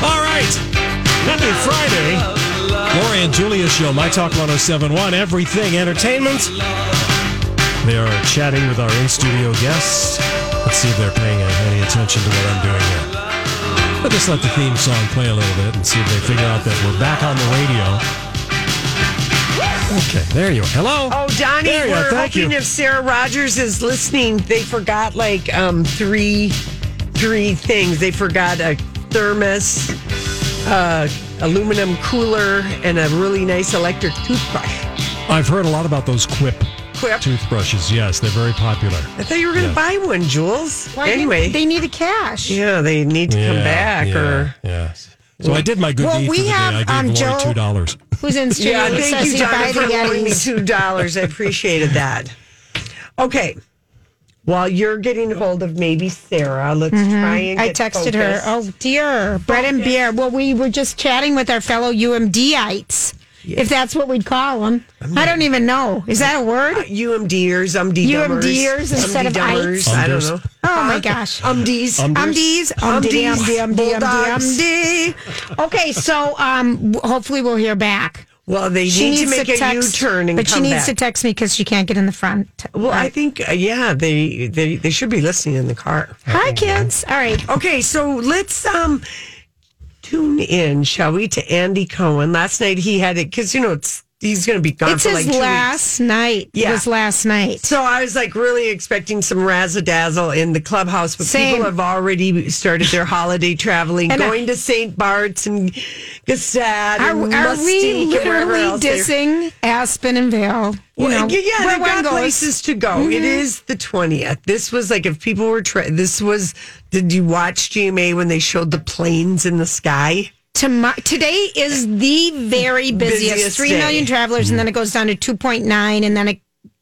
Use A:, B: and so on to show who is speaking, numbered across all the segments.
A: All right. Happy Friday. Lori and Julia show, My Talk 1071, Everything Entertainment. They are chatting with our in studio guests. Let's see if they're paying any attention to what I'm doing here. I'll just let the theme song play a little bit and see if they figure out that we're back on the radio. Okay, there you are. Hello.
B: Oh, Donnie,
A: There you are.
B: we're
A: Thank
B: hoping
A: you.
B: if Sarah Rogers is listening, they forgot like um, three three things. They forgot a thermos, uh, aluminum cooler, and a really nice electric toothbrush.
A: I've heard a lot about those Quip
B: Quip.
A: toothbrushes. Yes, they're very popular.
B: I thought you were going to buy one, Jules.
C: do
B: anyway,
C: they need the cash.
B: yeah, they need to come back
A: yeah,
B: or.
A: yeah. So I did my good
C: Well,
A: deed for
C: we
A: the day.
C: have,
A: I gave
C: um,
A: Lori
C: Joe-
A: two dollars.
C: Who's in studio?
B: Yeah,
C: It
B: thank
C: says
B: you,
C: he buy
B: Donna,
C: the
B: for loaning me
C: Yetis.
B: two dollars. I appreciated that. Okay. While you're getting hold of maybe Sarah, let's try and
C: Mm-hmm. I
B: get
C: texted her.
B: focused.
C: Oh dear, bread and beer. Well, we were just chatting with our fellow UMDites, if that's what we'd call them. I don't even know. Is that a word?
B: UMDers, umd dummers.
C: UMDers instead of
B: dummers. I don't know.
C: Oh my gosh.
B: Umdies.
C: Umdies, umdies, umdies, umdies, umdies, umdies. Okay, so um, w- hopefully we'll hear back.
B: Well, they need to make a turn and
C: but
B: come
C: she needs
B: back.
C: to text me because she can't get in the front.
B: well, I think uh, yeah, they, they they should be listening in the car.
C: Hi, kids. All right.
B: Okay, so let's um tune in, shall we, to Andy Cohen. Last night he had it because you know it's he's going to be gone
C: It's
B: for
C: his
B: like two weeks.
C: last night.
B: Yeah.
C: It was last night.
B: So I was like really expecting some razzle dazzle in the clubhouse, but
C: Same.
B: people have already started their holiday traveling,
C: And I-
B: going to St. Bart's and Gestadt
C: Are, are
B: and
C: we
B: Lustig and wherever
C: literally
B: else they-
C: dissing Aspen and Vale? You
B: Well,
C: know,
B: yeah, yeah,
C: where
B: they've
C: one
B: got
C: goes. Mm-hmm.
B: places to go. It is the twentieth. This was like if people were. Tra- this was. Did you watch GMA when they showed the planes in the sky?
C: Tomo- today is the very busiest.
B: Busiest
C: Three million
B: day.
C: travelers, and then it goes down to two point nine, and then it,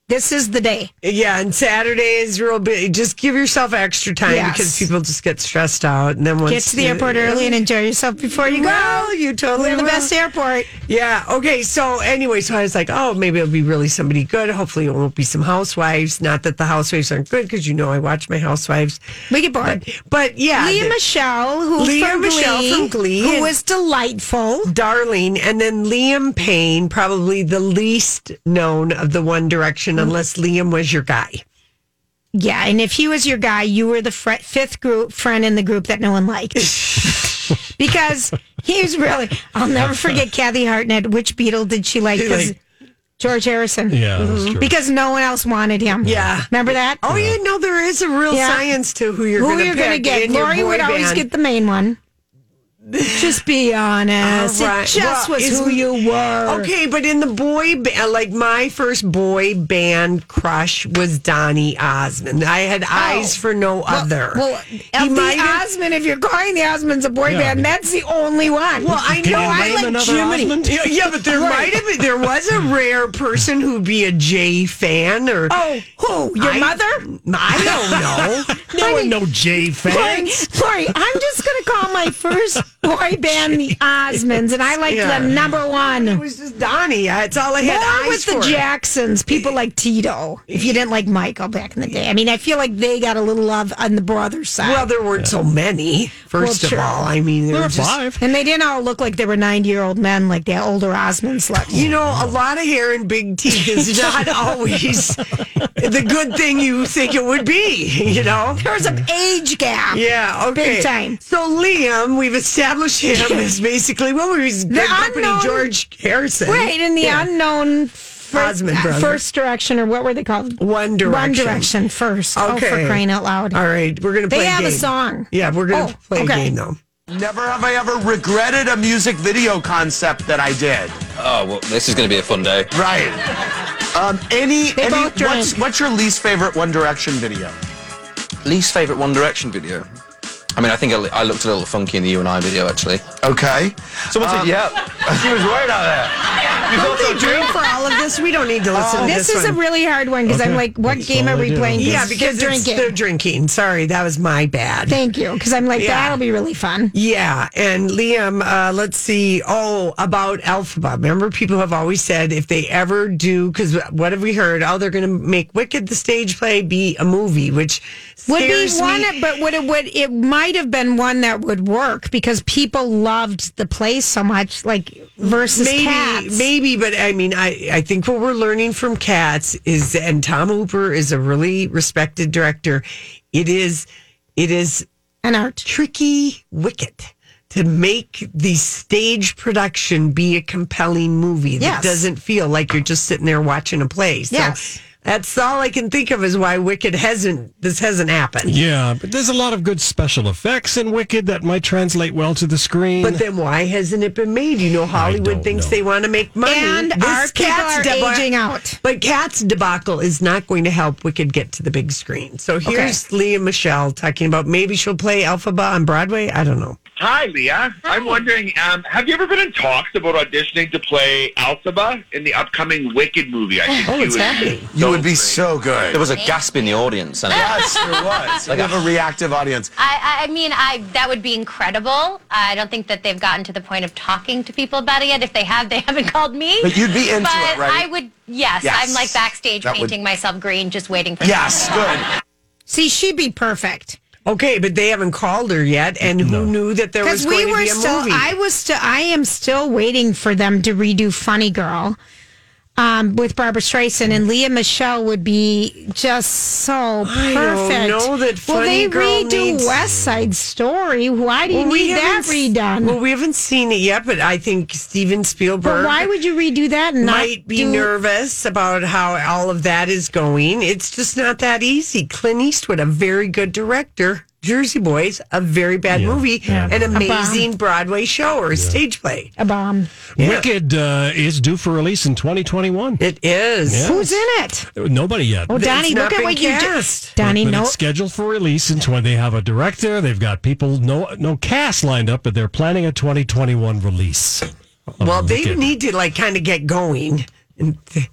C: this is the day.
B: Yeah, and Saturday is real big. Just give yourself extra time
C: Yes.
B: because people just get stressed out, and then once
C: Get to the airport early and enjoy yourself before you
B: Well, you
C: go.
B: totally
C: We're the
B: will.
C: best airport.
B: Yeah. Okay. So anyway, so I was like, oh, maybe it'll be really somebody good. Hopefully, it won't be some housewives. Not that the housewives aren't good, because you know I watch my housewives.
C: We get bored.
B: But, but yeah,
C: Leah Michelle, who
B: Leah
C: from
B: Michele
C: Glee,
B: from Glee
C: who
B: and-
C: was delightful.
B: Darling, and then Liam Payne, probably the least known of the One Direction, unless Liam was your guy.
C: Yeah, and if he was your guy, you were the fr- fifth group friend in the group that no one liked. because he was really, I'll never forget Kathy Hartnett. Which Beatle did she like? 'Cause
B: Like-
C: George Harrison. Mm-hmm.
A: Yeah, that's true.
C: Because no one else wanted him.
B: Yeah.
C: Remember that?
B: Oh yeah, no, there is a real
C: Yeah.
B: science to who you're
C: Who
B: gonna
C: you're
B: pick
C: going to get?
B: in your
C: Lori
B: boy
C: would always
B: band.
C: get the main one. Just be honest.
B: All right.
C: It just
B: Well,
C: was
B: is-
C: who you were.
B: Okay, but in the boy, ba- uh, like my first boy band crush was Donny Osmond. I had eyes for no other.
C: Oh. Well, of the
B: might've-
C: Osmond, if you're calling the Osmonds a boy
A: Yeah, I
C: band,
A: mean-
C: that's the only one.
B: Well, I
A: Can
B: know
A: you
B: I
A: name
B: like
A: another
B: Jiminy.
A: Osmond?
B: Yeah, yeah, but there might have been. There was a rare person who'd be a Jay fan or.
C: Oh, who? Your
B: I-
C: mother?
B: I don't know.
A: No one no Jay
C: Lori,
A: fans.
C: Lori, I'm just going to call my first boy band the Osmonds, and I liked
B: Yeah.
C: them number
B: It
C: one.
B: was just Donnie. I- It's all I had
C: More with
B: eyes
C: the
B: for.
C: Jacksons, people like Tito. If you didn't like Michael back in the day, I mean, I feel like they got a little love on the brother side.
B: Well, there weren't so many. First
C: Well,
B: of
C: true.
B: all, I mean, there
A: There
B: were
A: were
B: just,
A: five.
C: and they didn't all look like they were 90 year old men like the older Osmonds looked.
B: you know, a lot of hair and big teeth is not always the good thing you think it would be. You know.
C: There was an age gap.
B: Yeah. Okay.
C: Big time.
B: So Liam, we've established him as basically what well, was the company
C: unknown-
B: George Harrison.
C: Right, in the unknown first,
B: Osmond brother.
C: first direction, or what were they called?
B: One
C: One
B: Direction.
C: Direction first. Oh, for
B: Okay.
C: crying out loud.
B: All right, we're gonna.
C: They
B: play
C: have a
B: game.
C: song.
B: Yeah, we're gonna
C: Oh,
B: play
C: okay.
B: a game though.
D: Never have I ever regretted a music video concept that I did.
E: Oh, well, this is going to be a fun day.
D: Right. Um, any,
C: They
D: any
C: both drank.
D: what's, what's your least favorite One Direction video?
E: Least favorite One Direction video. I mean, I think I, I looked a little funky in the U and I video actually.
D: Okay. Um,
E: Someone said, "Yeah,
D: She was right on that. You thought so
B: Drink for all of this. We don't need to listen to
C: This,
B: Oh,
C: is
B: this. one.
C: a really hard one because I'm
A: Okay.
C: like, what
A: That's
C: game
A: all
C: are
A: I
C: we
A: do.
C: playing?
B: yeah
C: They're
B: because it's-
C: drinking.
B: They're drinking. Sorry, that was my bad.
C: Thank you, because I'm like,
B: Yeah.
C: that'll be really fun.
B: Yeah, and Liam, uh, let's see. Oh, about Alphaba. Remember, people have always said if they ever do, because what have we heard? Oh, they're going to make Wicked the stage play be a movie, which
C: Would be
B: scares
C: one,
B: me.
C: of- but would it would it might have been one that would work because people loved the play so much, like versus
B: maybe,
C: cats.
B: maybe, but I mean, I I think what we're learning from Cats is, and Tom Hooper is a really respected director. It is, it is
C: an art.
B: tricky wicket to make the stage production be a compelling movie
C: Yes.
B: that doesn't feel like you're just sitting there watching a play. So
C: Yes.
B: that's all I can think of is why Wicked hasn't this hasn't happened.
A: Yeah, but there's a lot of good special effects in Wicked that might translate well to the screen.
B: But then why hasn't it been made? You know, Hollywood
A: don't
B: thinks
A: know.
B: they want to make money.
C: And our people are
B: deba-
C: aging out.
B: But Cat's debacle is not going to help Wicked get to the big screen. So here's Leah Michelle talking about maybe she'll play Alphaba on Broadway. I don't know.
F: Hi, Leah. I'm wondering, um, have you ever been in talks about auditioning to play Althaba in the upcoming Wicked movie? I think
B: Oh,
F: you
B: it's
F: would-
B: happening.
D: You would be so good.
E: there was a gasp in the audience." And
D: yes, there was. Like have a reactive audience.
G: I, I mean, I that would be incredible. I don't think that they've gotten to the point of talking to people about it yet. If they have, they haven't called me.
D: But you'd be into
G: But
D: it, right?
G: I would, yes,
D: Yes.
G: I'm like backstage
D: That would-
G: painting myself green, just waiting for.
D: Yes, good.
C: See, she'd be perfect
B: Okay, but they haven't called her yet, and who knew that there was
C: because
B: going
C: we
B: to
C: were
B: be a
C: still.
B: movie?
C: I was still. I am still waiting for them to redo Funny Girl. Um, with Barbara Streisand and Leah Michelle would be just so
B: I
C: perfect.
B: don't know that
C: well,
B: Funny
C: they
B: Girl
C: redo
B: needs-
C: West Side Story. Why do you need that
B: haven't s-
C: redone?
B: Well, we haven't seen it yet, but I think Steven Spielberg
C: But why would you redo that and
B: might
C: not
B: be
C: do-
B: nervous about how all of that is going. It's just not that easy. Clint Eastwood, a very good director. Jersey Boys, a very bad movie, an amazing Broadway show or stage play.
C: a bomb?
A: Wicked uh, is due for release in 2021.
B: It is.
A: Yeah.
C: Who's in it?
A: Nobody yet.
C: Oh, Donnie,
B: not
C: look at
B: been
C: what you
B: cast.
C: did. Donnie,
A: but
C: no,
A: it's scheduled for release in 20. They have a director. They've got people, no no cast lined up, but they're planning a 2021 release. of
B: Well, they
A: Wicked.
B: need to like kind of get going. And th-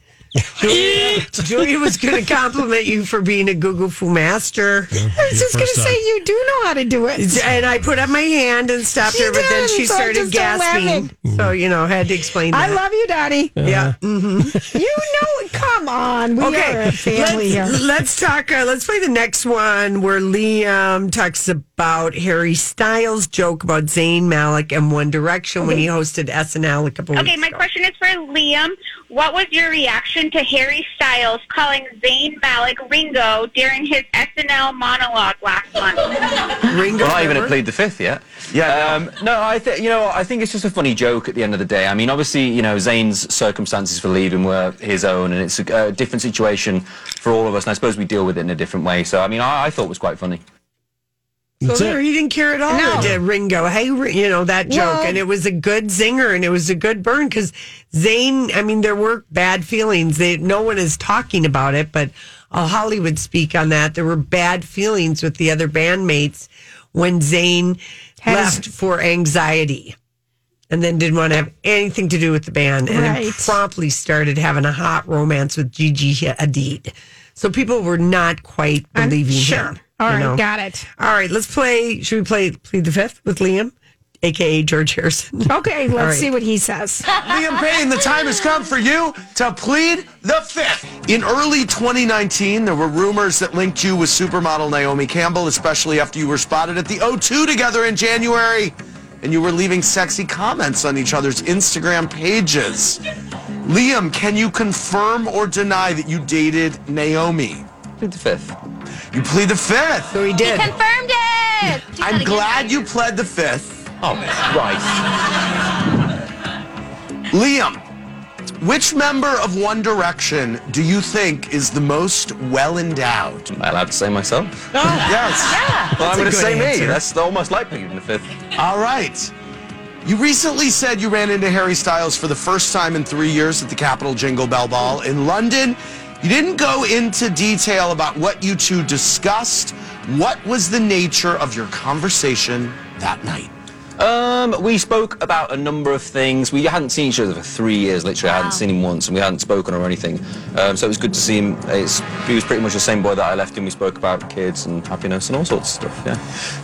B: Julia, Julia was going to compliment you for being a Google Foo master.
C: I was just going to
A: first
C: say
A: time.
C: you do know how to do it.
B: And I put up my hand and stopped
C: She
B: her, but then
C: did,
B: she
C: so I
B: started
C: just don't laugh
B: gasping. So, you know, I had to explain that.
C: I love you, Donnie.
B: yeah.
C: You know, come on, we are
B: Okay.
C: a family
B: let's,
C: here.
B: let's talk. Uh, let's play the next one where Liam talks about Harry Styles' joke about Zayn Malik and One Direction when he hosted SNL a couple
H: Okay,
B: weeks
H: my
B: ago.
H: question is for Liam. What was your reaction to Harry Styles calling Zayn Malik Ringo during his SNL monologue last month?
B: Ringo
E: Well, I even
B: Starr?
E: have plead the fifth yet. Yeah. Um, no, I think you know. I think it's just a funny joke. At the end of the day, I mean, obviously, you know, Zane's circumstances for leaving were his own, and it's a, a different situation for all of us. And I suppose we deal with it in a different way. So, I mean, I, I thought it was quite funny.
B: So
A: That's
B: there,
A: it.
B: he didn't care at all.
C: No.
B: Did Ringo, hey, Ri- you know that joke,
C: Well-
B: and it was a good zinger, and it was a good burn because Zayn. I mean, there were bad feelings. They, no one is talking about it, but I'll Hollywood speak on that. There were bad feelings with the other bandmates when Zayn
C: Has-
B: left for anxiety, and then didn't want to have anything to do with the band, and then
C: Right.
B: promptly started having a hot romance with Gigi Hadid. So people were not quite
C: I'm
B: believing
C: sure.
B: him.
C: All
B: you
C: right,
B: know?
C: got it.
B: All right, let's play. Should we play Plead the Fifth with Liam? aka George Harrison.
C: Okay, let's
B: All right.
C: see what he says.
D: Liam Payne, the time has come for you to plead the fifth. In early 2019, there were rumors that linked you with supermodel Naomi Campbell, especially after you were spotted at the O2 together in January and you were leaving sexy comments on each other's Instagram pages. Liam, can you confirm or deny that you dated Naomi?
E: Plead the fifth.
D: You plead the fifth.
B: So he
G: He
B: did.
G: confirmed it. Do that
D: I'm
G: again,
D: glad
G: Ryan.
D: you pled the fifth.
E: Oh, right.
D: Liam, which member of One Direction do you think is the most well endowed?
E: Am I allowed to say myself?
D: Yes.
G: Yeah.
E: well, I'm going
B: good
E: to say
B: answer.
E: me. That's the almost like pleading the fifth.
D: All right. You recently said you ran into Harry Styles for the first time in three years at the Capitol Jingle Bell Ball in London. You didn't go into detail about what you two discussed. What was the nature of your conversation that night?
E: Um, we spoke about a number of things. We hadn't seen each other for three years, literally. I hadn't seen him once, and we hadn't spoken or anything. Um, so it was good to see him. It's, he was pretty much the same boy that I left him. We spoke about kids and happiness and all sorts of stuff. Yeah.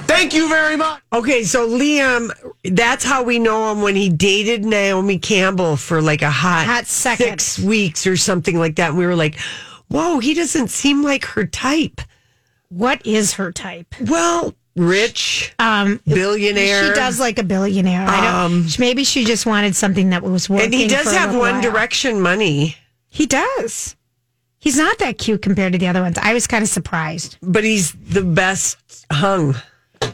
D: Thank you very much.
B: Okay, so Liam, that's how we know him when he dated Naomi Campbell for like a hot,
C: Hot second.
B: six weeks or something like that. And we were like, whoa, he doesn't seem like her type.
C: What is her type?
B: Well, rich,
C: Um,
B: billionaire.
C: She does like a billionaire. I don't,
B: Um,
C: maybe she just wanted something that was working.
B: And he does
C: for a
B: have
C: little
B: One
C: while.
B: Direction money,
C: He does. He's not that cute compared to the other ones. I was kind of surprised.
B: but he's the best hung,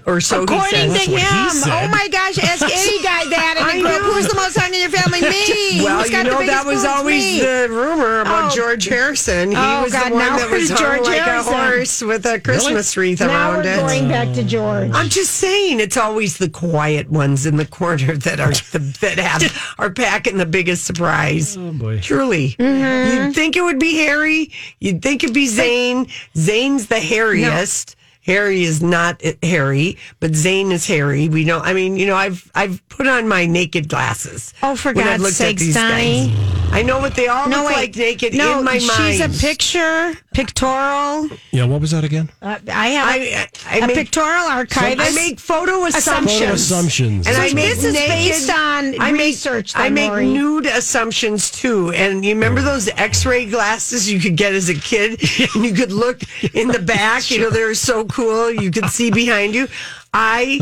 B: or so he
C: According
B: says.
C: to him, oh
A: said.
C: my gosh, ask any guy that and
B: I
C: they grew up,
B: know.
C: who's the most hung in your family? Me.
B: well,
C: Who's got the
B: you know
C: biggest
B: that was
C: boobs?
B: always
C: Me.
B: the rumor about
C: Oh.
B: George Harrison. He
C: Oh,
B: was
C: God,
B: the one
C: now
B: that was
C: where's
B: hung
C: George
B: like
C: Harrison?
B: a horse with a Christmas wreath
C: Now
B: around
C: we're
B: it.
C: going back to George.
B: I'm just saying, it's always the quiet ones in the corner that are the, that have are packing the biggest surprise.
A: Oh, boy.
B: Truly,
C: Mm-hmm.
B: you'd think it would be Harry. You'd think it'd be Zane. Zane's the hairiest. Harry is not it- Harry, but Zane is Harry. We know. I mean, you know, I've I've put on my naked glasses.
C: Oh, for
B: when I've
C: God's
B: looked at
C: sakes,
B: these
C: Donnie.
B: guys. I know what they all
C: no,
B: look
C: wait.
B: like naked
C: no,
B: in my
C: she's
B: mind.
C: a picture, pictorial.
A: Yeah, what was that again?
C: Uh, I have a
B: I- I- I
C: a
B: make-
C: pictorial archivist.
B: I make photo
C: Assumptions.
A: Photo
B: assumptions.
A: assumptions.
B: And
A: That's
B: I
A: what
B: made
A: it
C: this
A: was.
C: is
B: naked-
C: based on
B: I make,
C: research. Though,
B: I make
C: Lori.
B: nude assumptions too. And you remember those X-ray glasses you could get as a kid, and you could look in the back. You know they were so cool. You could see behind you. I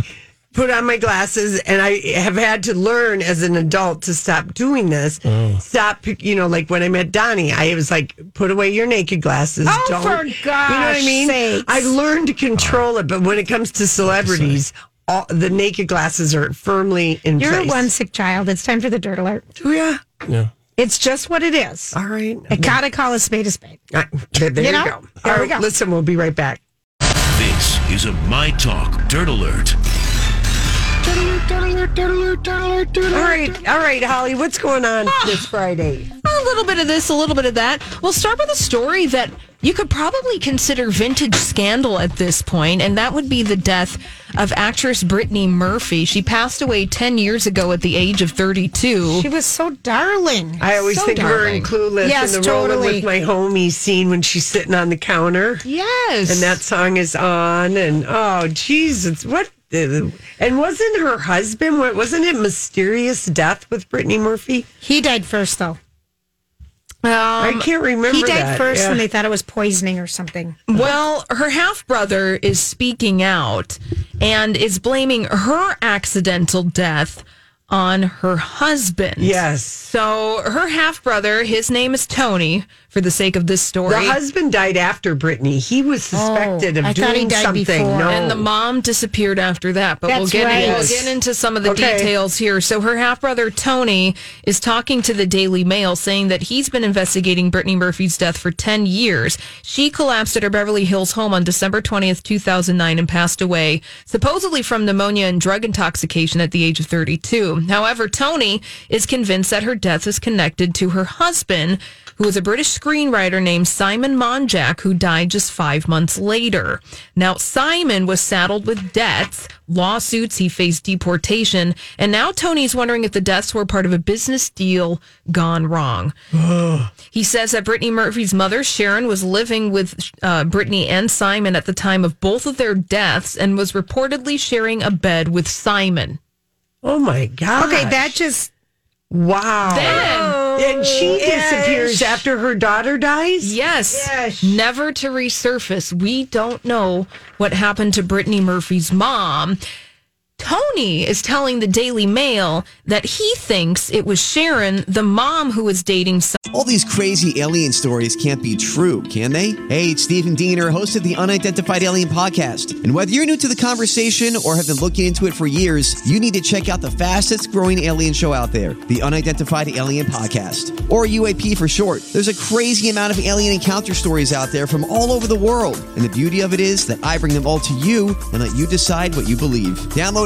B: put on my glasses, and I have had to learn as an adult to stop doing this.
C: Oh.
B: Stop. pic- You know, like when I met Donnie, I was like, "Put away your naked glasses."
C: Oh,
B: Don't.
C: for
B: you know what I
C: gosh
B: mean?
C: sakes.
B: I've learned to control it, but when it comes to celebrities. All, the naked glasses are firmly in
C: You're
B: place.
C: one sick child. It's time for the dirt alert.
B: Do ya?
A: Yeah.
C: It's just what it is.
B: All right.
C: I gotta call a spade a spade.
B: Uh, there there you,
C: You know?
B: go.
C: There
B: All
C: we go.
B: right, listen, we'll be right back.
I: This is a My Talk Dirt Alert.
B: All right, all right, Holly, what's going on this Friday?
J: A little bit of this, a little bit of that. We'll start with a story that you could probably consider vintage scandal at this point, and that would be the death of actress Brittany Murphy. She passed away 10 years ago at the age of 32.
C: She was so darling.
B: I always
J: So
B: think of her in
J: darling.
B: Clueless
C: Yes,
B: in the rolling
C: totally.
B: with my homie scene when she's sitting on the counter
J: yes.
B: and that song is on and oh Jesus, what the- and wasn't her husband what wasn't it mysterious death with Brittany Murphy?
C: He died first, though.
B: I can't remember.
C: Um, He died
B: that.
C: first,
B: Yeah.
C: and they thought it was poisoning or something.
J: Well, her half brother is speaking out and is blaming her accidental death on her husband.
B: yes.
J: So her half brother, his name is Tony, for the sake of this story.
B: The husband died after Brittany. He was suspected of
C: Oh, I thought he
B: doing
C: died
B: something.
C: before.
B: No.
J: and the mom disappeared after that, but we'll
C: Oh. That's
J: get
C: right.
J: we'll get into some of the
B: Okay.
J: details here. So her half brother Tony is talking to the Daily Mail, saying that he's been investigating Brittany Murphy's death for ten years. She collapsed at her Beverly Hills home on December twentieth, two thousand nine, and passed away supposedly from pneumonia and drug intoxication at the age of thirty-two. However, Tony is convinced that her death is connected to her husband. Who was a British screenwriter named Simon Monjack, who died just five months later. Now, Simon was saddled with debts, lawsuits, he faced deportation, and now Tony's wondering if the deaths were part of a business deal gone wrong. He says that Brittany Murphy's mother, Sharon, was living with uh, Brittany and Simon at the time of both of their deaths and was reportedly sharing a bed with Simon.
B: Oh my god.
C: Okay, that just
B: Wow.
J: Then-
B: and she disappears after her daughter dies?
J: Yes. Never to resurface. We don't know what happened to Brittany Murphy's mom. Tony is telling the Daily Mail that he thinks it was Sharon, the mom who was dating some.
K: All these crazy alien stories can't be true, can they? Hey, it's Stephen Diener, host of the Unidentified Alien Podcast. And whether you're new to the conversation or have been looking into it for years, you need to check out the fastest growing alien show out there, the Unidentified Alien Podcast, or UAP for short. There's a crazy amount of alien encounter stories out there from all over the world. And the beauty of it is that I bring them all to you and let you decide what you believe. Download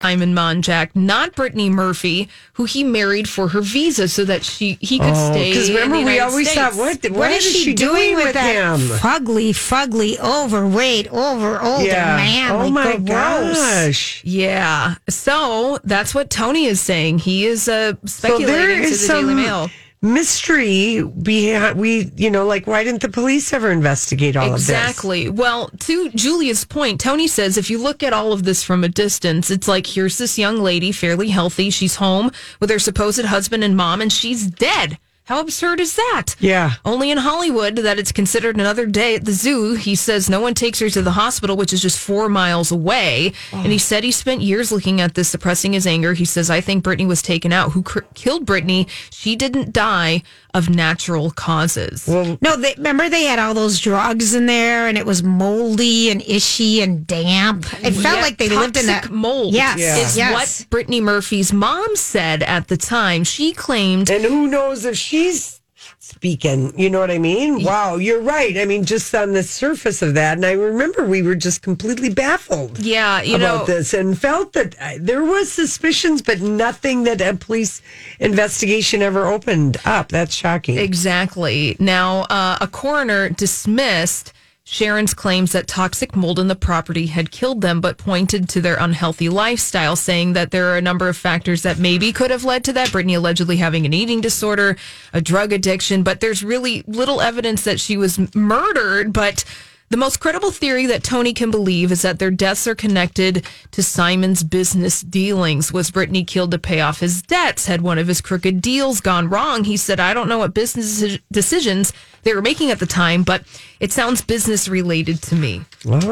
J: Simon Monjack, not Brittany Murphy, who he married for her visa so that she he could
B: Oh,
J: stay.
B: 'cause
J: in the
B: remember we
J: United
B: always
J: States.
B: thought, what the- What what is is she she doing doing with with that him?
C: fugly, fugly, overweight, over older
J: Yeah.
C: man.
J: Oh
C: like,
J: my
C: gross.
B: gosh.
J: Yeah. So that's what Tony is saying. He is uh,
B: So
J: speculating
B: there
J: to
B: is
J: the
B: some
J: Daily Mail.
B: mystery behind we you know like why didn't the police ever investigate all
J: exactly. Well, to Julia's point, Tony says if you look at all of this from a distance, it's like here's this young lady, fairly healthy. She's home with her supposed husband and mom, and she's dead. How absurd is that?
B: Yeah.
J: Only in Hollywood that it's considered another day at the zoo. He says no one takes her to the hospital, which is just four miles away. And he said he spent years looking at this, suppressing his anger. He says, I think Brittany was taken out. Who cr- killed Brittany? She didn't die of natural causes.
C: No, they, remember they had all those drugs in there, and it was moldy and ishy and damp. It felt
J: Yeah,
C: like they lived in
J: toxic
C: that
J: mold.
C: Yes,
J: is
C: yes.
J: what Brittany Murphy's mom said at the time. She claimed,
B: and who knows if she's speaking you know what i mean wow you're right i mean just on the surface of that and i remember we were just completely baffled
J: Yeah, you
B: about
J: know-
B: this and felt that uh, there was suspicions but nothing that a police investigation ever opened up that's shocking
J: Exactly. Now, uh, a coroner dismissed Sharon's claims that toxic mold in the property had killed them, but pointed to their unhealthy lifestyle, saying that there are a number of factors that maybe could have led to that. Brittany allegedly having an eating disorder, a drug addiction, but there's really little evidence that she was m- murdered, but. The most credible theory that Tony can believe is that their deaths are connected to Simon's business dealings. Was Brittany killed to pay off his debts? Had one of his crooked deals gone wrong? He said, I don't know what business deci- decisions they were making at the time, but it sounds business related to me.
B: all right,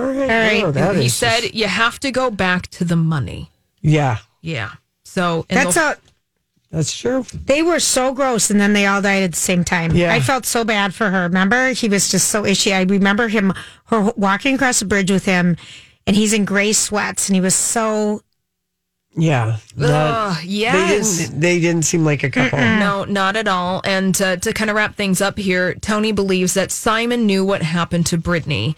B: all right.
J: And he said, You have to go back to the money.
B: yeah
J: Yeah. So and
C: That's
J: the-
C: a.
B: That's true.
C: They were so gross, and then they all died at the same time.
J: Yeah.
C: I felt so bad for her. Remember, he was just so ishy. I remember him, her walking across the bridge with him, and he's in gray sweats, and he was so
B: yeah
J: Ugh, yes.
B: they didn't they didn't seem like a couple
J: No, not at all. And uh, to kind of wrap things up here, Tony believes that Simon knew what happened to Brittany.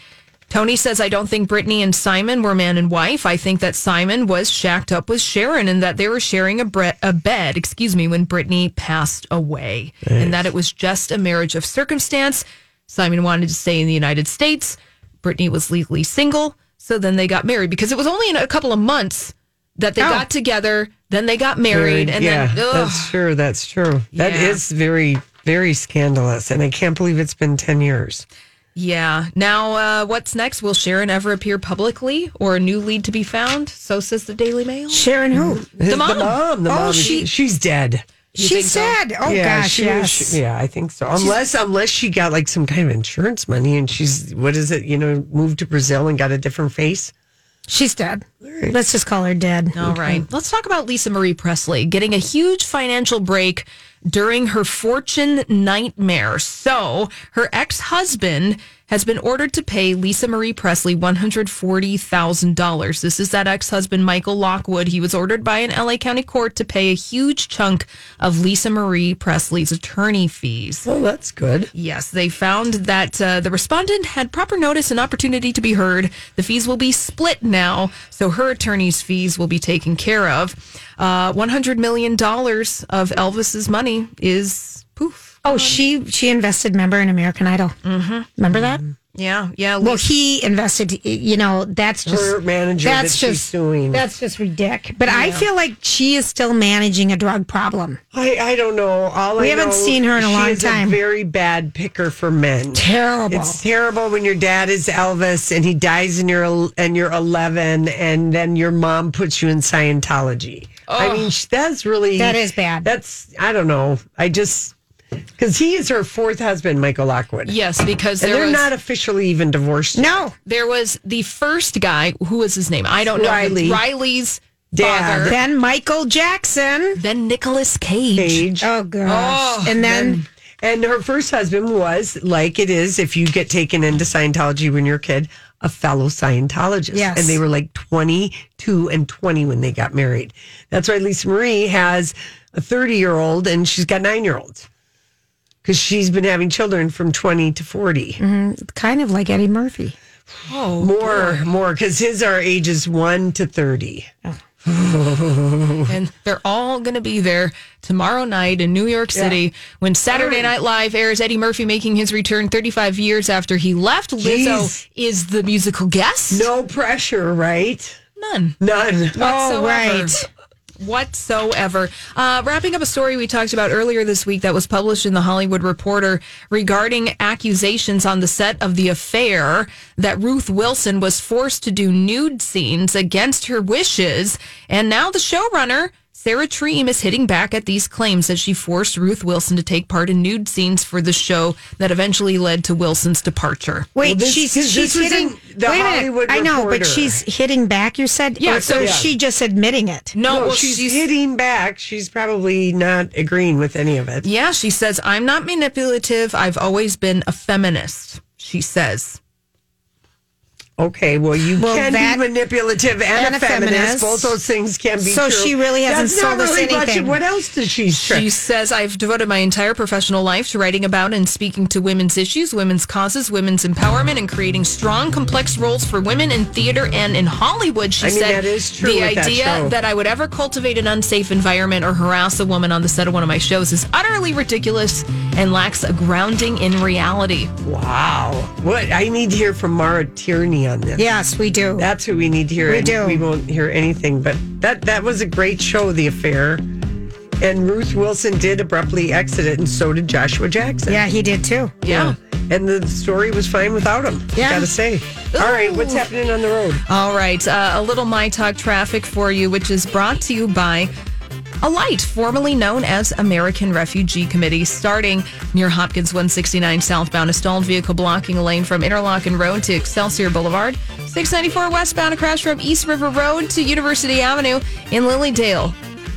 J: Tony says, I don't think Brittany and Simon were man and wife. I think that Simon was shacked up with Sharon and that they were sharing a, bre- a bed, excuse me, when Brittany passed away and that it was just a marriage of circumstance. Simon wanted to stay in the United States. Brittany was legally single. So then they got married because it was only in a couple of months that they
B: Oh.
J: got together. Then they got married. and
B: yeah,
J: then, ugh.
B: that's true. That's true. That is
J: Yeah.
B: very, very scandalous, and I can't believe it's been ten years.
J: Yeah. Now, uh, what's next? Will Sharon ever appear publicly or a new lead to be found? So says the Daily Mail.
C: Sharon who?
J: The mom.
B: The mom. The
J: Oh,
B: mom.
J: she-
B: she's dead.
J: You think
C: She's
J: so?
C: dead. Oh gosh,
B: she was-
C: yes.
B: she- yeah, I think so. Unless, unless she got like some kind of insurance money, and she's what is it? You know, moved to Brazil and got a different face.
C: She's dead. Let's just call her dead.
J: All right. Let's talk about Lisa Marie Presley getting a huge financial break during her fortune nightmare. So, her ex husband has been ordered to pay Lisa Marie Presley $140,000. This is that ex husband, Michael Lockwood. He was ordered by an LA County court to pay a huge chunk of Lisa Marie Presley's attorney fees.
B: Oh, that's good.
J: Yes, they found that uh, the respondent had proper notice and opportunity to be heard. The fees will be split now, so her attorney's fees will be taken care of. Uh, $100 million of Elvis's money is poof.
C: Oh, she she invested. Remember in American Idol? Mm-hmm. Remember that?
J: Yeah, yeah.
C: Well, he invested. You know, that's just
B: Her manager that
C: That's
B: she's
C: just
B: suing.
C: That's just ridiculous. But I feel like she is still managing a drug problem.
B: I, I don't know. All
C: We
B: I
C: haven't
B: know,
C: seen her in a
B: she
C: long
B: is
C: time.
B: A very bad picker for men.
C: Terrible.
B: It's terrible when your dad is Elvis and he dies and you're el- and you're 11, and then your mom puts you in Scientology. I mean, sh- that's really
C: That is bad.
B: That's I don't know. I just because he is her fourth husband, Michael Lockwood.
J: Yes, because
B: and
J: there
B: they're
J: was,
B: not officially even divorced.
C: No,
J: there was the first guy. Who was his name? I don't know.
B: Riley.
J: Riley's
B: Dad.
J: father.
C: Then Michael Jackson.
J: Then Nicolas Cage.
B: Cage.
C: Oh gosh. and then,
B: And her first husband was, like it is, if you get taken into Scientology when you're a kid, a fellow Scientologist.
C: Yes.
B: And they were like 22 and 20 when they got married. That's why Lisa Marie has a 30 year old and she's got nine year olds because she's been having children from 20 to 40.
C: kind of like Eddie Murphy.
J: Mm-hmm. Oh,
B: More, more, because his are ages 1 to 30.
J: and they're all going to be there tomorrow night in New York City when Saturday Night Live airs. Eddie Murphy making his return 35 years after he left. Lizzo
B: Jeez.
J: is the musical guest.
B: No pressure, right?
J: None.
B: None.
J: whatsoever.
C: right.
J: Whatsoever. Uh, wrapping up a story we talked about earlier this week that was published in the Hollywood Reporter regarding accusations on the set of The Affair that Ruth Wilson was forced to do nude scenes against her wishes. And now the showrunner. Sarah Treem is hitting back at these claims that she forced Ruth Wilson to take part in nude scenes for the show that eventually led to Wilson's departure.
C: Wait,
B: Well, this-
C: she's
B: this-
C: she's
B: this was
C: hitting.
B: in the
C: wait a minute.
B: Hollywood
C: I know,
B: Reporter. Oh,
C: but she's hitting back. You said,
J: Yeah,
C: Or-
J: so-
C: or is she just admitting it.
J: No,
B: No,
J: well,
B: she's, hitting back. She's probably not agreeing with any of it.
J: Yeah, she says, I'm not manipulative. I've always been a feminist, she says.
B: Okay, well, you
C: Well,
B: can
C: that-
B: be manipulative and,
C: and a
B: a feminist.
C: feminist.
B: Both those things can be
C: So
B: true.
C: she really hasn't
B: That's not
C: sold us
B: really much-
C: anything.
B: What else does she say?
J: She says, I've devoted my entire professional life to writing about and speaking to women's issues, women's causes, women's empowerment, and creating strong, complex roles for women in theater and in Hollywood. She
B: I mean,
J: said,
B: that is true
J: The
B: with that
J: idea
B: show."
J: that I would ever cultivate an unsafe environment or harass a woman on the set of one of my shows is utterly ridiculous and lacks a grounding in reality.
B: wow. What? I need to hear from Mara Tierney on this.
C: Yes, we do.
B: That's who we need to hear.
C: We
B: and
C: do.
B: We won't hear anything, but that, that was a great show, The Affair. And Ruth Wilson did abruptly exit it, and so did Joshua Jackson.
C: yeah, he did too.
J: yeah.
B: And the story was fine without him.
C: Yeah.
B: Gotta say. All right, what's happening on the road?
J: All right, uh, a little My Talk traffic for you, which is brought to you by a light formerly known as American Refugee Committee, starting near Hopkins 169 southbound. A stalled vehicle blocking a lane from Interlochen Road to Excelsior Boulevard. 694 westbound, a crash from East River Road to University Avenue in Lilydale.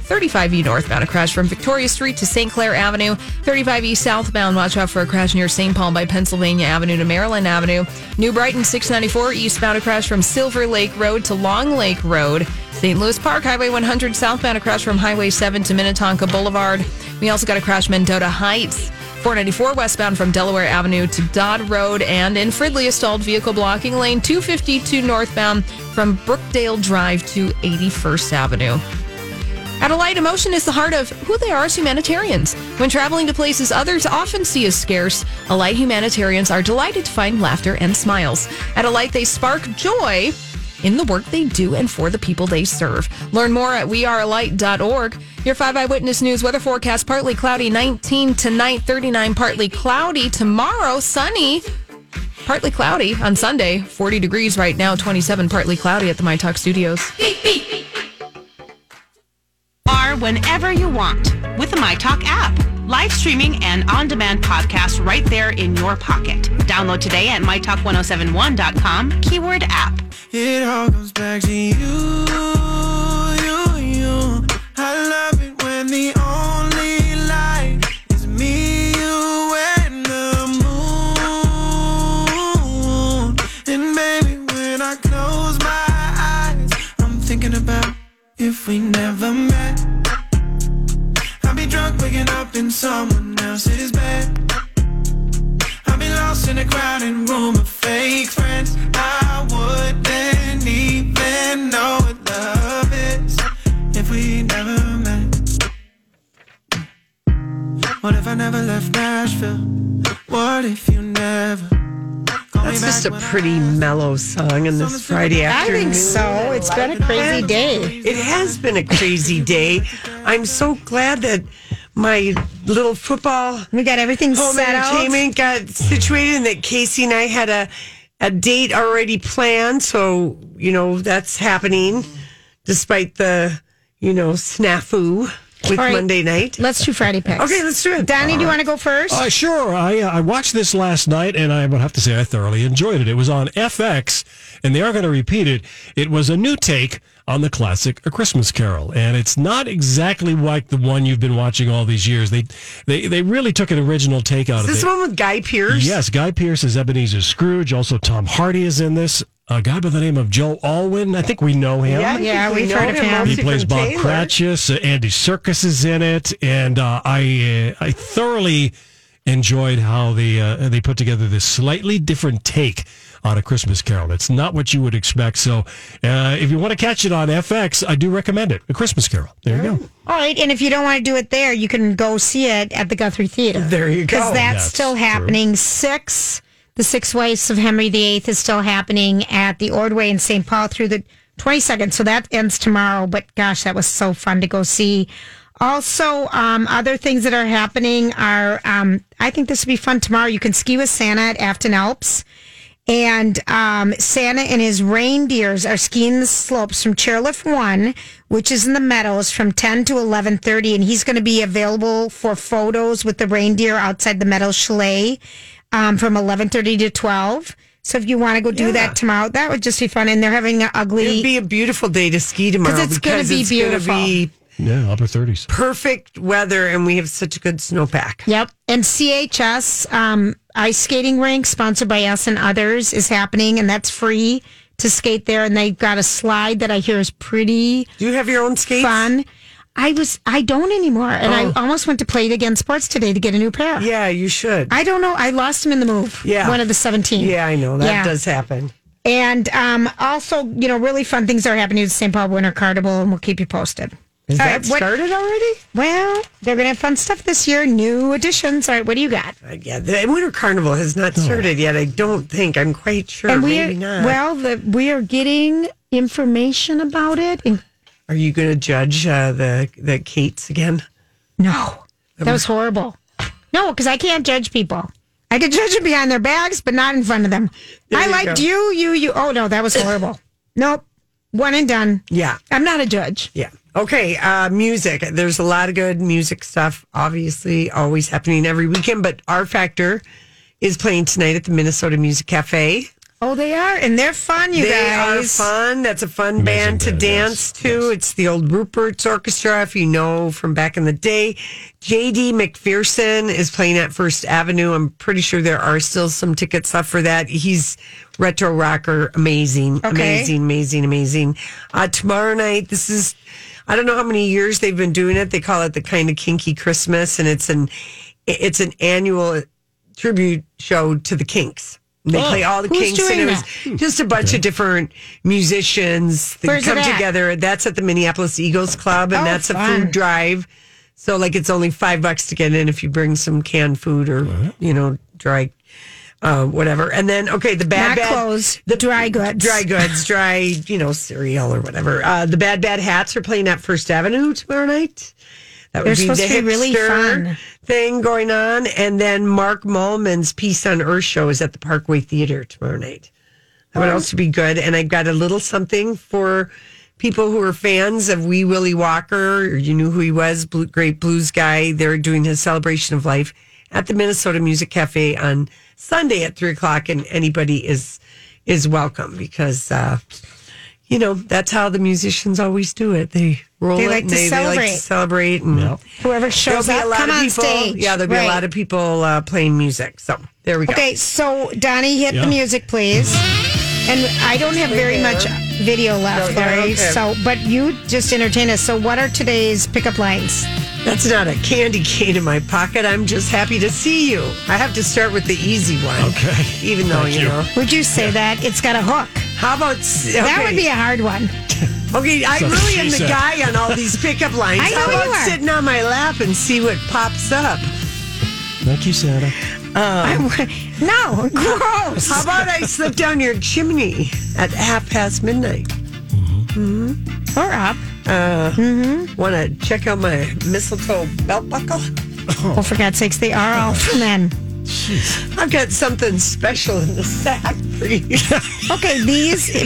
J: 35E E northbound, a crash from Victoria Street to St. Clair Avenue. 35E southbound, watch out for a crash near St. Paul by Pennsylvania Avenue to Maryland Avenue. New Brighton 694 eastbound, a crash from Silver Lake Road to Long Lake Road. St. Louis Park, Highway 100 southbound, a crash from Highway 7 to Minnetonka Boulevard. We also got a crash Mendota Heights. 494 westbound from Delaware Avenue to Dodd Road and in Fridley, a stalled vehicle blocking lane 252 northbound from Brookdale Drive to 81st Avenue. At a light, emotion is the heart of who they are as humanitarians. When traveling to places others often see as scarce, a light humanitarians are delighted to find laughter and smiles. At a light, they spark joy in the work they do and for the people they serve. Learn more at wearealight.org. Your 5 Eyewitness News weather forecast partly cloudy 19 tonight, 39 partly cloudy tomorrow, sunny partly cloudy on Sunday, 40 degrees right now, 27 partly cloudy at the My Talk Studios.
L: are whenever you want with the MyTalk app. Live streaming and on-demand podcasts right there in your pocket. Download today at mytalk1071.com, keyword app.
M: It all comes back to you, you, you. I love it when the only light is me, you, and the moon. about if we never met? I'll be drunk, waking up in someone else's bed. I'll be lost in a crowded room of fake friends. I wouldn't even know what love is if we never met. What if I never left Nashville? What if you never?
B: That's just a pretty mellow song on this Friday
C: I
B: afternoon.
C: think so. It's been a crazy day.
B: It has been a crazy day. I'm so glad that my little football
C: we got everything
B: home
C: settled.
B: entertainment got situated, and that Casey and I had a a date already planned. So you know that's happening, despite the you know snafu with
C: All right.
B: Monday night.
C: Let's do Friday picks.
B: Okay, let's do it.
C: Donnie, do you want to go first?
A: Uh, sure. I uh, I watched this last night, and I would have to say I thoroughly enjoyed it. It was on FX, and they are going to repeat it. It was a new take on the classic A Christmas Carol, and it's not exactly like the one you've been watching all these years. They they they really took an original take out
B: Is
A: of
B: this
A: it.
B: one with Guy Pearce?
A: Yes, Guy Pearce is Ebenezer Scrooge. Also, Tom Hardy is in this. A guy by the name of Joe Alwyn. I think we know him.
B: Yeah, I
C: Yeah,
B: think we
C: we've
B: know
C: heard of him.
A: He
B: Obviously
A: plays
B: from
A: Bob
B: Taylor.
A: Cratchus. Uh, Andy Circus is in it, and uh, I uh, I thoroughly enjoyed how they uh, they put together this slightly different take on a Christmas Carol. It's not what you would expect. So, uh, if you want to catch it on FX, I do recommend it. A Christmas Carol. There
B: Oh.
A: you go.
C: All right, and if you don't want to do it there, you can go see it at the Guthrie Theater.
B: There you go.
C: Because that's,
A: That's
C: still
A: true.
C: happening. Six, The Six Wives of Henry VIII is still happening at the Ordway in St. Paul through the 22nd. So that ends tomorrow. But gosh, that was so fun to go see. Also, um, other things that are happening are um, I think this would be fun tomorrow. You can ski with Santa at Afton Alps. And um, Santa and his reindeers are skiing the slopes from Chairlift One, which is in the meadows, from ten to eleven thirty. And he's going to be available for photos with the reindeer outside the Meadows Chalet um, from eleven thirty to twelve. So if you want to go do that tomorrow, that would just be fun. And they're having an
B: It'd
C: ugly.
B: be a beautiful day to ski tomorrow
C: 'Cause it's gonna
B: because
C: be
B: it's gonna
C: beautiful.
B: be
A: Yeah, upper thirties.
B: perfect weather, and we have such good snowpack.
C: Yep. And CHS um, ice skating rink, sponsored by us and others, is happening, and that's free to skate there. And they've got a slide that I hear is pretty.
B: Do you have your own skates?
C: fun. I was I don't anymore, and I almost went to play it again sports today to get a new pair.
B: Oh. Yeah, you should.
C: I don't know. I lost them in the move.
B: Yeah.
C: one of the seventeen.
B: yeah, I know that
C: Yeah.
B: does happen.
C: And um, also, you know, really fun things are happening at the St. Paul Winter Carnival, and we'll keep you posted.
B: Is
C: All
B: that
C: right, what-
B: started already?
C: Well, they're going to have fun stuff this year. New additions. All right, what do you got?
B: Uh, Yeah, the Winter Carnival has not started yet. I don't think. I'm quite sure.
C: we
B: Maybe not.
C: well, the, we are getting information about it. And,
B: Are you going to judge uh, the the Kates again?
C: no, that was horrible. No, because I can't judge people. I could judge them behind their bags, but not in front of them. I
B: you
C: liked
B: go.
C: you, you, you. Oh no, that was horrible. nope, one and done.
B: Yeah,
C: I'm not a judge.
B: yeah. Okay, uh, music. There's a lot of good music stuff. Obviously, always happening every weekend. But R Factor is playing tonight at the Minnesota Music Cafe.
C: Oh, they are, and they're fun, you
B: they
C: guys.
B: are fun. That's a fun band to
A: band,
B: dance to. It's the old Rupert's Orchestra, if you know from back in the day. JD McPherson is playing at First Avenue. I'm pretty sure there are still some tickets left for that. He's retro rocker, amazing, amazing, amazing, amazing. Uh, tomorrow night, this is. I don't know how many years they've been doing it. They call it the kind of kinky Christmas, and it's an it's an annual tribute show to the Kinks. And They
A: Oh.
B: play all the
C: Who's
B: Kinks, and
C: doing
B: it was
C: that? Hmm.
B: just a bunch of different musicians that
C: Where's it
B: come
C: at?
B: together. That's at the Minneapolis Eagles Club, and
C: Oh,
B: that's a
C: fun.
B: food drive. So, like, it's only five bucks to get in if you bring some canned food or you know dry, uh, whatever. And then, okay, the bad
C: Not
B: bad
C: clothes, the dry goods.
B: dry goods, dry you know cereal or whatever. Uh, the bad bad hats are playing at First Avenue tomorrow night. That
C: They're supposed to be really
B: hipster
C: fun.
B: thing going on. And then Mark Mullman's Peace on Earth show is at the Parkway Theater tomorrow night. That would also be good. And I've got a little something for people who are fans of Wee Willie Walker, or you knew who he was, blue, great blues guy. They're doing his celebration of life at the Minnesota Music Cafe on Sunday at three o'clock, and anybody is is welcome because uh, you know that's how the musicians always do it. They roll
C: They
B: it
C: like
B: and
C: to
B: they, they like to
C: celebrate.
B: celebrate and.
C: Whoever
B: There'll
C: shows
B: be
C: up,
B: a lot
C: come
B: of
C: on
B: people.
C: stage.
B: Yeah, there'll be
C: Right.
B: a lot of people uh, playing music. So there we go.
C: Okay, so Donnie, hit
A: Yeah.
C: the music, please. And I don't have very much video left,
B: No, yeah,
C: Lori.
B: okay.
C: So, but you just entertain us. So, what are today's pickup lines?
B: That's not a candy cane in my pocket. I'm just happy to see you. I have to start with the easy one. Okay. Even though,
C: Thank
B: you,
C: you.
B: know.
C: Would you say that? It's got a hook.
B: How about.
C: That would be a hard one.
B: Okay, I
C: So
B: really am
C: she
B: the
C: said.
B: guy on all these pickup lines.
C: I know
B: How about
C: you are.
B: sitting on my lap and see what pops up?
A: Thank you, Santa.
B: Oh.
C: no, gross.
B: How about I slip down your chimney at half past midnight? Mm-hmm.
C: Or up.
B: Uh, Want to check out my mistletoe belt buckle?
C: Oh, for God's sakes, they are all for men.
B: I've got something special in the sack for you.
C: Okay, these if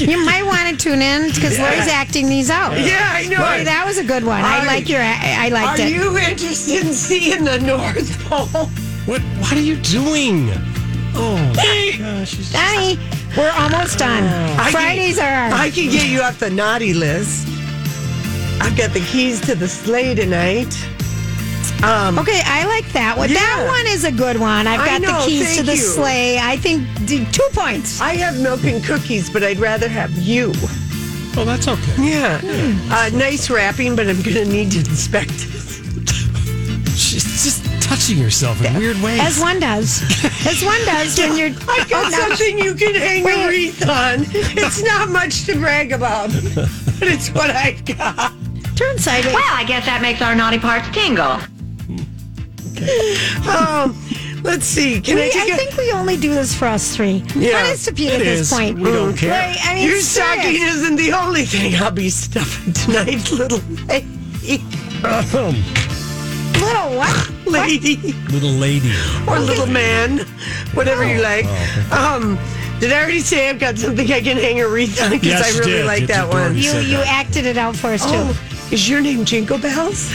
C: you're, you might want to tune in because Lori's acting these out.
B: Yeah, I know.
C: Lori, that was a good one. I,
B: Are-
C: like your. I I liked
B: Are
C: it.
B: you interested in seeing the North Pole?
A: What? What are you doing? Oh, my gosh. she's-
C: Donnie, we're almost done.
B: Oh. I can-
C: Fridays are ours.
B: I can get you off the naughty list. I've got the keys to the sleigh tonight. Um,
C: Okay, I like that one. That
B: Yeah.
C: one is a good one. I've
B: I
C: got
B: know,
C: the keys to
B: thank
C: the
B: you.
C: sleigh. I think d- two points.
B: I have milk and cookies, but I'd rather have you.
A: Oh, that's okay.
B: Yeah. Uh, nice wrapping, but I'm going to need to inspect it.
A: She's just touching herself in weird ways.
C: As one does. As one does when you're.
B: I got something you can hang a wreath on. It's not much to brag about, but it's what I got.
C: Turn sideways.
L: Well, I guess that makes our naughty parts tingle.
B: Um, let's see. Can
C: we,
B: I take a-
C: think we only do this for us three.
B: Yeah.
C: Honest to Pete at
A: It
C: this
A: is.
C: point.
A: We don't care.
C: Lori, I mean,
B: Your
C: serious.
B: stocking isn't the only thing I'll be stuffing tonight, little lady.
A: Ahem.
C: Little what?
B: lady
A: Little lady.
B: or little man, whatever you
C: Oh.
B: like. Um, did I already say I've got something I can hang a wreath on? Because
A: Yes,
B: I
A: you
B: really
A: did.
B: like
A: You
B: that
A: did
B: one.
A: already
C: You,
A: said
C: you
A: that.
C: acted it out for us, too.
B: Oh, is your name Jingle Bells?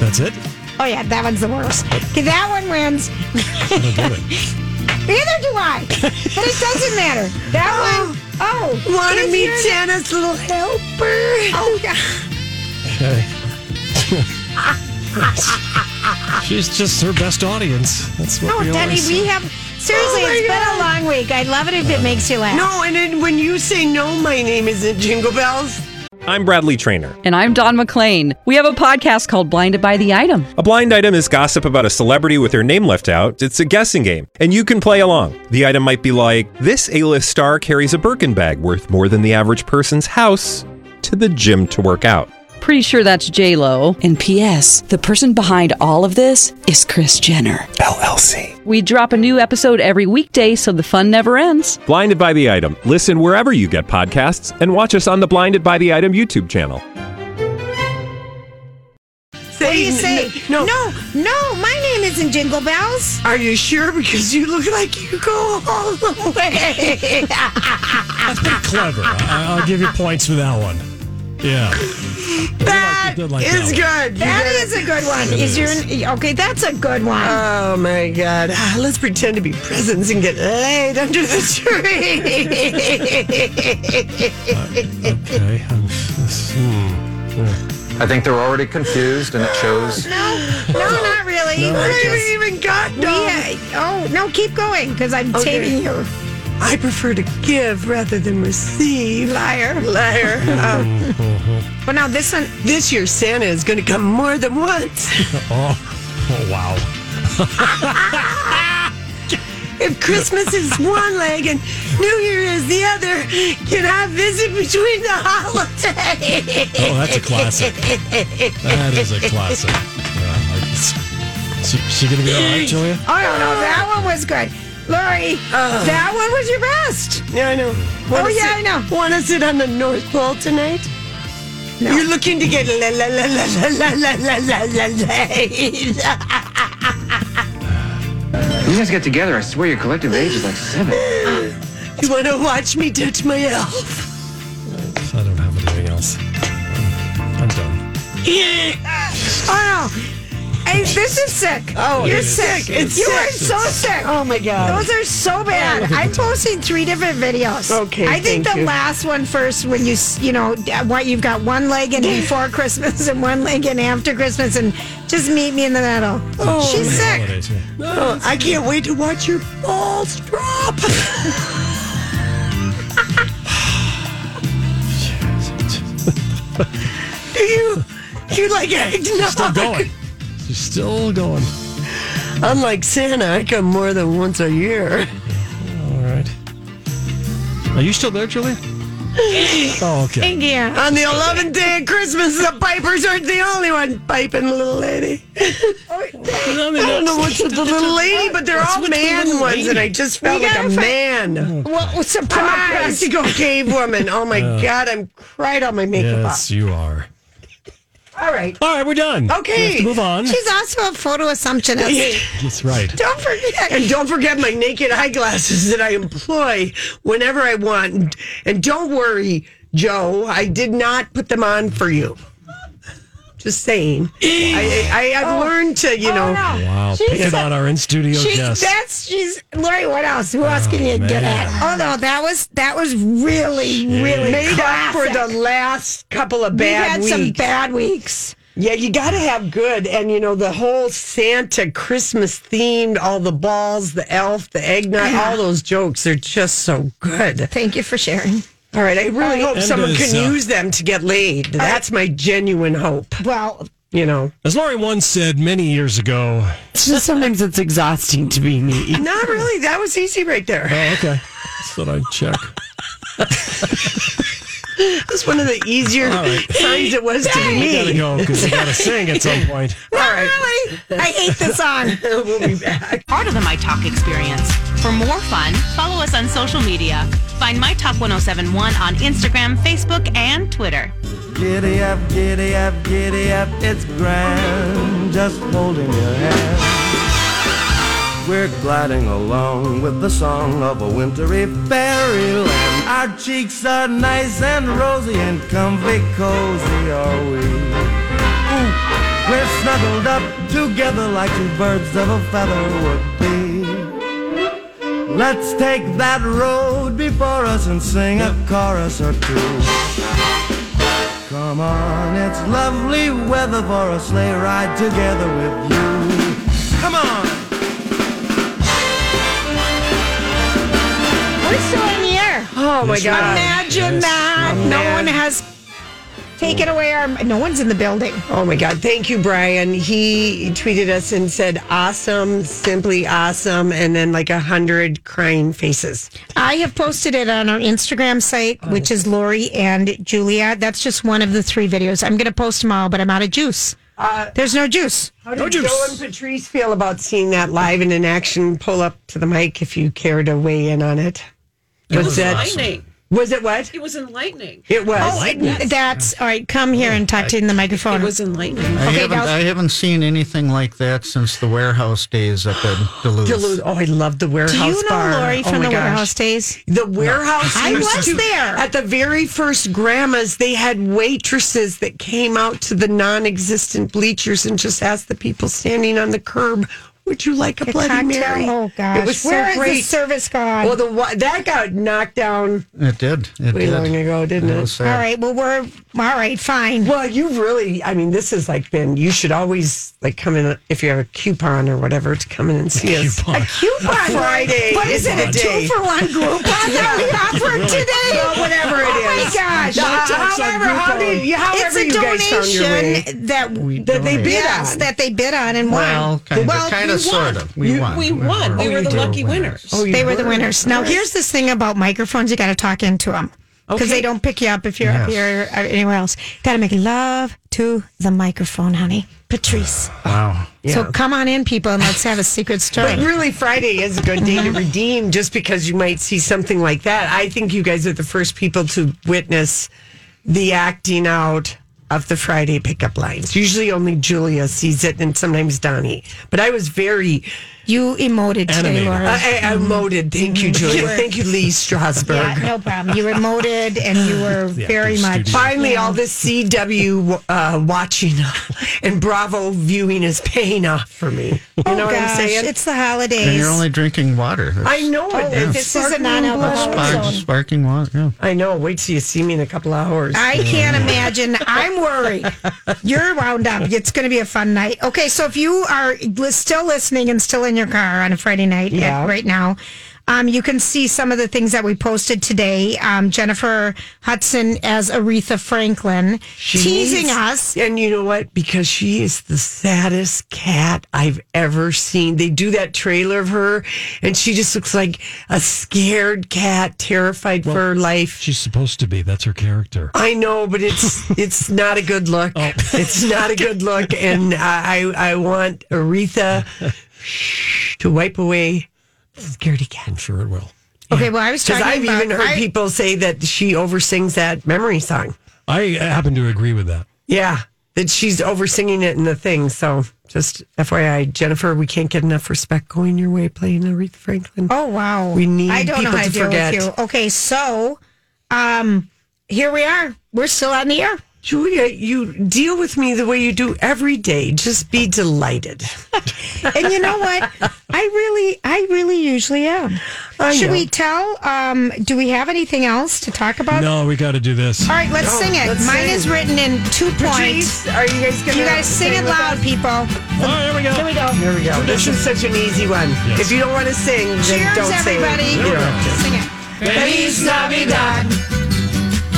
A: That's it?
C: Oh, yeah, that one's the worst. Okay, that one wins.
A: I don't get it.
C: Neither do I. But it doesn't matter. That one. Oh,
B: Want to
C: is
B: meet
C: your-
B: Santa's little helper?
C: Oh, God.
A: Okay. She's just her best audience. That's what
C: No,
A: we
C: Denny,
A: always
C: Oh, we have. Seriously,
B: Oh, my
C: it's been a
B: God.
C: long week. I love it if it makes you laugh.
B: No, and then when you say no, my name isn't Jingle Bells.
N: I'm Bradley Trainer.
O: And I'm Don McClain. We have a podcast called Blinded by the Item.
N: A blind item is gossip about a celebrity with their name left out. It's a guessing game, and you can play along. The item might be like this: A-list star carries a Birkin bag worth more than the average person's house to the gym to work out.
O: Pretty sure that's J Lo. And P.S. The person behind all of this is Chris Jenner
N: LLC.
O: We drop a new episode every weekday, so the fun never ends.
N: Blinded by the item. Listen wherever you get podcasts, and watch us on the Blinded by the Item YouTube channel.
B: Say
C: What do you
B: n-
C: say?
B: No.
C: no, no, my name isn't Jingle Bells.
B: Are you sure? Because you look like you go all the way.
A: That's pretty clever. I, I'll give you points for that one. Yeah.
B: that
A: did like that
B: is
A: one.
B: good. You
C: That
B: did it.
C: is a good one.
A: It
C: Is your
A: is.
C: okay? That's a good one.
B: Oh my God. Ah, Let's pretend to be presents and get laid under the tree.
A: Okay. um, this- hmm, yeah.
E: I think they're already confused, and it shows.
C: no, no, not really.
B: I
A: No,
C: We're-
B: haven't even got
C: we,
B: done.
C: uh, oh no, keep going because I'm
B: Okay.
C: taming you.
B: I prefer to give rather than receive.
C: Liar.
B: Liar. Um,
A: Oh.
C: But now this one,
B: this year, Santa is going to come more than once.
A: Oh, oh, wow.
B: If Christmas is one leg and New Year is the other, can I visit between the holidays?
A: Oh, that's a classic. That is a classic. Yeah, it's- she, she gonna be all right, Julia?
C: oh no, no, that one was good. Lori, that one was your best.
B: Yeah, I know.
C: Oh, yeah, I know.
B: Want to sit on the North Pole tonight?
C: No.
B: You're looking to get la la la la la la la la la la la.
E: You guys get together. I swear your collective age is like seven.
B: You want to watch me touch my elf?
A: I don't have anything else. Hmm. I'm done.
C: Oh no, hey, this is sick.
B: Oh,
C: you're
B: it's
C: sick.
B: sick. It's
C: you
B: sick.
C: are so sick.
B: Oh my god. Oh.
C: Those are so bad. I'm posting three different videos.
B: Okay,
C: I think
B: thank
C: the
B: you.
C: last one first, when you s- you know what you've got one leg in before Christmas and one leg in after Christmas, and just meet me in the middle.
B: Oh,
C: She's sick.
A: Holidays, yeah.
B: Oh, I can't wait to watch your balls drop. Do you? You like eggnog?
A: Still going. She's still going.
B: Unlike Santa, I come more than once a year.
A: All right. Are you still there, Julie? Oh, okay.
C: Yeah.
B: On the 11th day of Christmas, the pipers aren't the only one piping, little lady.
C: Oh,
B: I don't know what's with the little lady, but they're
C: What's
B: all
C: with the
B: man
C: little
B: ones, and I
C: lady?
B: just felt
C: We
B: like a
C: gotta fi-
B: man.
C: Well,
B: I'm a
C: surprise.
B: practical cave woman. Oh my
A: Yeah.
B: God, I'm cried all my makeup
A: Yes, you are.
B: off. All right.
A: All right, we're done. We have to move on.
C: She's also a photo assumptionist.
A: That's right.
B: Don't forget. And don't forget my naked eyeglasses that I employ whenever I want. And don't worry, Joe, I did not put them on for you. Just saying. I, I,
C: Oh.
B: I've learned to, you know.
A: Wow.
C: She's
A: Picking
C: a-
A: on our in studio
C: She's
A: guests.
C: that's she's Lori. What else? Who else can you get
A: man.
C: at? Oh no, that was that was really really
B: Made up for the
C: classic.
B: last couple of
C: We
B: bad
C: had
B: weeks.
C: some bad weeks.
B: Yeah, you got to have good. And, you know, the whole Santa Christmas themed, all the balls, the elf, the eggnog, all those jokes are just so good.
C: Thank you for sharing.
B: All right. I really hope
A: And
B: someone
A: is,
B: can
A: uh,
B: use them to get laid. That's my genuine hope,
C: Well,
B: you know.
A: As Laurie once said many years ago.
P: sometimes it's exhausting to be me.
B: Not really. That was easy right there.
A: Oh, okay. That's what I check.
B: That's one of the easier
A: All right.
B: signs it was to
A: We gotta
B: me.
A: go because we gotta sing at some point.
B: All right.
C: really, I hate this song.
B: We'll be back.
L: part of the My Talk experience. For more fun, follow us on social media. Find My Talk 1071 on Instagram, Facebook, and Twitter.
M: Giddy up, giddy up, giddy up, it's grand, just holding your hand. We're gliding along with the song of a wintry fairyland. Our cheeks are nice and rosy and comfy cozy are we. Ooh, we're snuggled up together like two birds of a feather would be. Let's take that road before us and sing a chorus or two. Come on, it's lovely weather for a sleigh ride together with you. Come on!
C: We're still in the air.
B: Oh my God.
C: Imagine that.
A: Oh,
C: No one has taken away our. No one's in the building.
B: Oh my God. Thank you, Brian. He tweeted us and said, awesome, simply awesome. And then like a hundred crying faces.
C: I have posted it on our Instagram site,
Q: Oh.
C: which is Lori and Julia. That's just one of the three videos. I'm going to post them all, but I'm out of juice.
Q: Uh,
C: There's no juice.
B: How did Joe and Patrice feel about seeing that live and in action? Pull up to the mic if you care to weigh in on it. Was that- Was it what?
Q: It was enlightening.
B: It was.
C: Oh, That's all right. Come here and talk to in the microphone.
Q: Oh, It was enlightening.
R: I
C: Okay,
R: haven't
C: now-
R: I haven't seen anything like that since the warehouse days up in Duluth.
B: Duluth. Oh, I love the warehouse.
C: Do you know
B: bar.
C: Lori
B: Oh
C: from
B: my
C: the
B: gosh.
C: warehouse days?
B: The warehouse.
C: I
B: used
C: was
B: to-
C: there.
B: at the very first grandmas. They had waitresses that came out to the non-existent bleachers and just asked the people standing on the curb, "Would you like a,
C: A
B: Bloody
C: cocktail.
B: Mary?"
C: Oh gosh,
B: it was so
C: Where is
B: great.
C: the service gone?
B: well, the wa- that got knocked down
R: It did. It
B: way
R: did.
B: long ago, didn't
R: It
B: it?
R: was sad.
C: all right. Well, we're all right. Fine.
B: Well, you really, I mean, this has like been, you should always like come in if you have a coupon or whatever to come in and see us.
A: Coupon.
C: coupon
B: Friday
C: What
B: is
C: is it?
B: a
C: A
B: day.
C: two for one coupon that we offered today?
B: Well, whatever it
C: Oh my
B: is.
C: gosh!
B: No,
C: however,
B: however, how do you- however
C: it's a
B: you guys found your
C: donation that
B: That they bid
C: yes,
B: on.
C: that they bid on and won.
R: Well, kind of, kind of, sort of. We won.
Q: We won. We were the lucky winners.
B: Oh, you
C: they were the
B: were?
C: winners. Now, here's this thing about microphones. You got to talk into them because
B: Okay.
C: they don't pick you up if you're up
R: Yes.
C: here or anywhere else. Got to make love to the microphone, honey. Patrice.
R: Wow.
C: So come on in, people, and let's have a secret story.
B: But really, Friday is a good day to redeem just because you might see something like that. I think you guys are the first people to witness the acting out of the Friday pickup lines. Usually only Julia sees it and sometimes Donnie. But I was very,
C: you emoted today,
A: Animated.
C: Laura.
B: I, I, I emoted. Thank you, Julia. Thank you, Lee Strasberg.
C: Mm-hmm. yeah, no problem. You were emoted, and you were very much.
B: Finally, all this CW uh, watching and Bravo viewing is paying off for me. You
C: Oh,
B: know what
C: gosh,
B: I'm saying?
C: It's the holidays.
R: And you're only drinking water. That's-
B: I know it
C: Oh,
B: is.
C: this is a
R: that's
C: non-alcoholic
R: spark-
C: zone.
R: sparking water. Yeah.
B: I know. Wait till you see me in a couple hours.
C: I can't imagine. I'm worried. You're wound up. It's going to be a fun night. Okay, so if you are li- still listening and still in your car on a Friday night at-
B: Yeah.
C: right now, Um, you can see some of the things that we posted today. Um, Jennifer Hudson as Aretha Franklin teasing
B: needs-
C: us.
B: And you know what? Because she is the saddest cat I've ever seen. They do that trailer of her, and she just looks like a scared cat, terrified for her life.
A: She's supposed to be. That's her character.
B: I know, but it's it's not a good look. It's not a good look, and I I I want Aretha to wipe away scaredy cat. I'm
A: sure it will.
C: Okay, well, I was
B: Because
C: talking
B: I've
C: about-
B: even heard
C: I-
B: people say that she oversins that memory song.
A: I happen to agree with that.
B: Yeah, that she's over singing it in the thing. So just FYI, Jennifer, we can't get enough respect going your way playing Aretha Franklin.
C: Oh wow,
B: we need
C: I don't
B: people
C: know how
B: to
C: to deal
B: forget.
C: with you. Okay, so um, here we are. We're still on the air.
B: Julia, you deal with me the way you do every day. Just be delighted.
C: and you know what? I really, I really usually am.
B: I
C: Should
B: know.
C: we tell? Um, do we have anything else to talk about?
A: No, we got to do this.
C: All right, let's
B: No,
C: sing it.
B: let's
C: Mine
B: sing.
C: is written in two points.
B: Patrice, are you guys gonna
C: You guys sing
B: sing
C: it
B: with
C: loud,
B: us?
C: people.
A: Oh, here we go.
C: Here we go.
B: There we go. This
A: Tradition.
B: is such an easy one.
A: Yes.
B: If you don't want to sing, then
C: Cheers,
B: don't
C: everybody.
B: sing.
C: Sing it.
B: Feliz Navidad.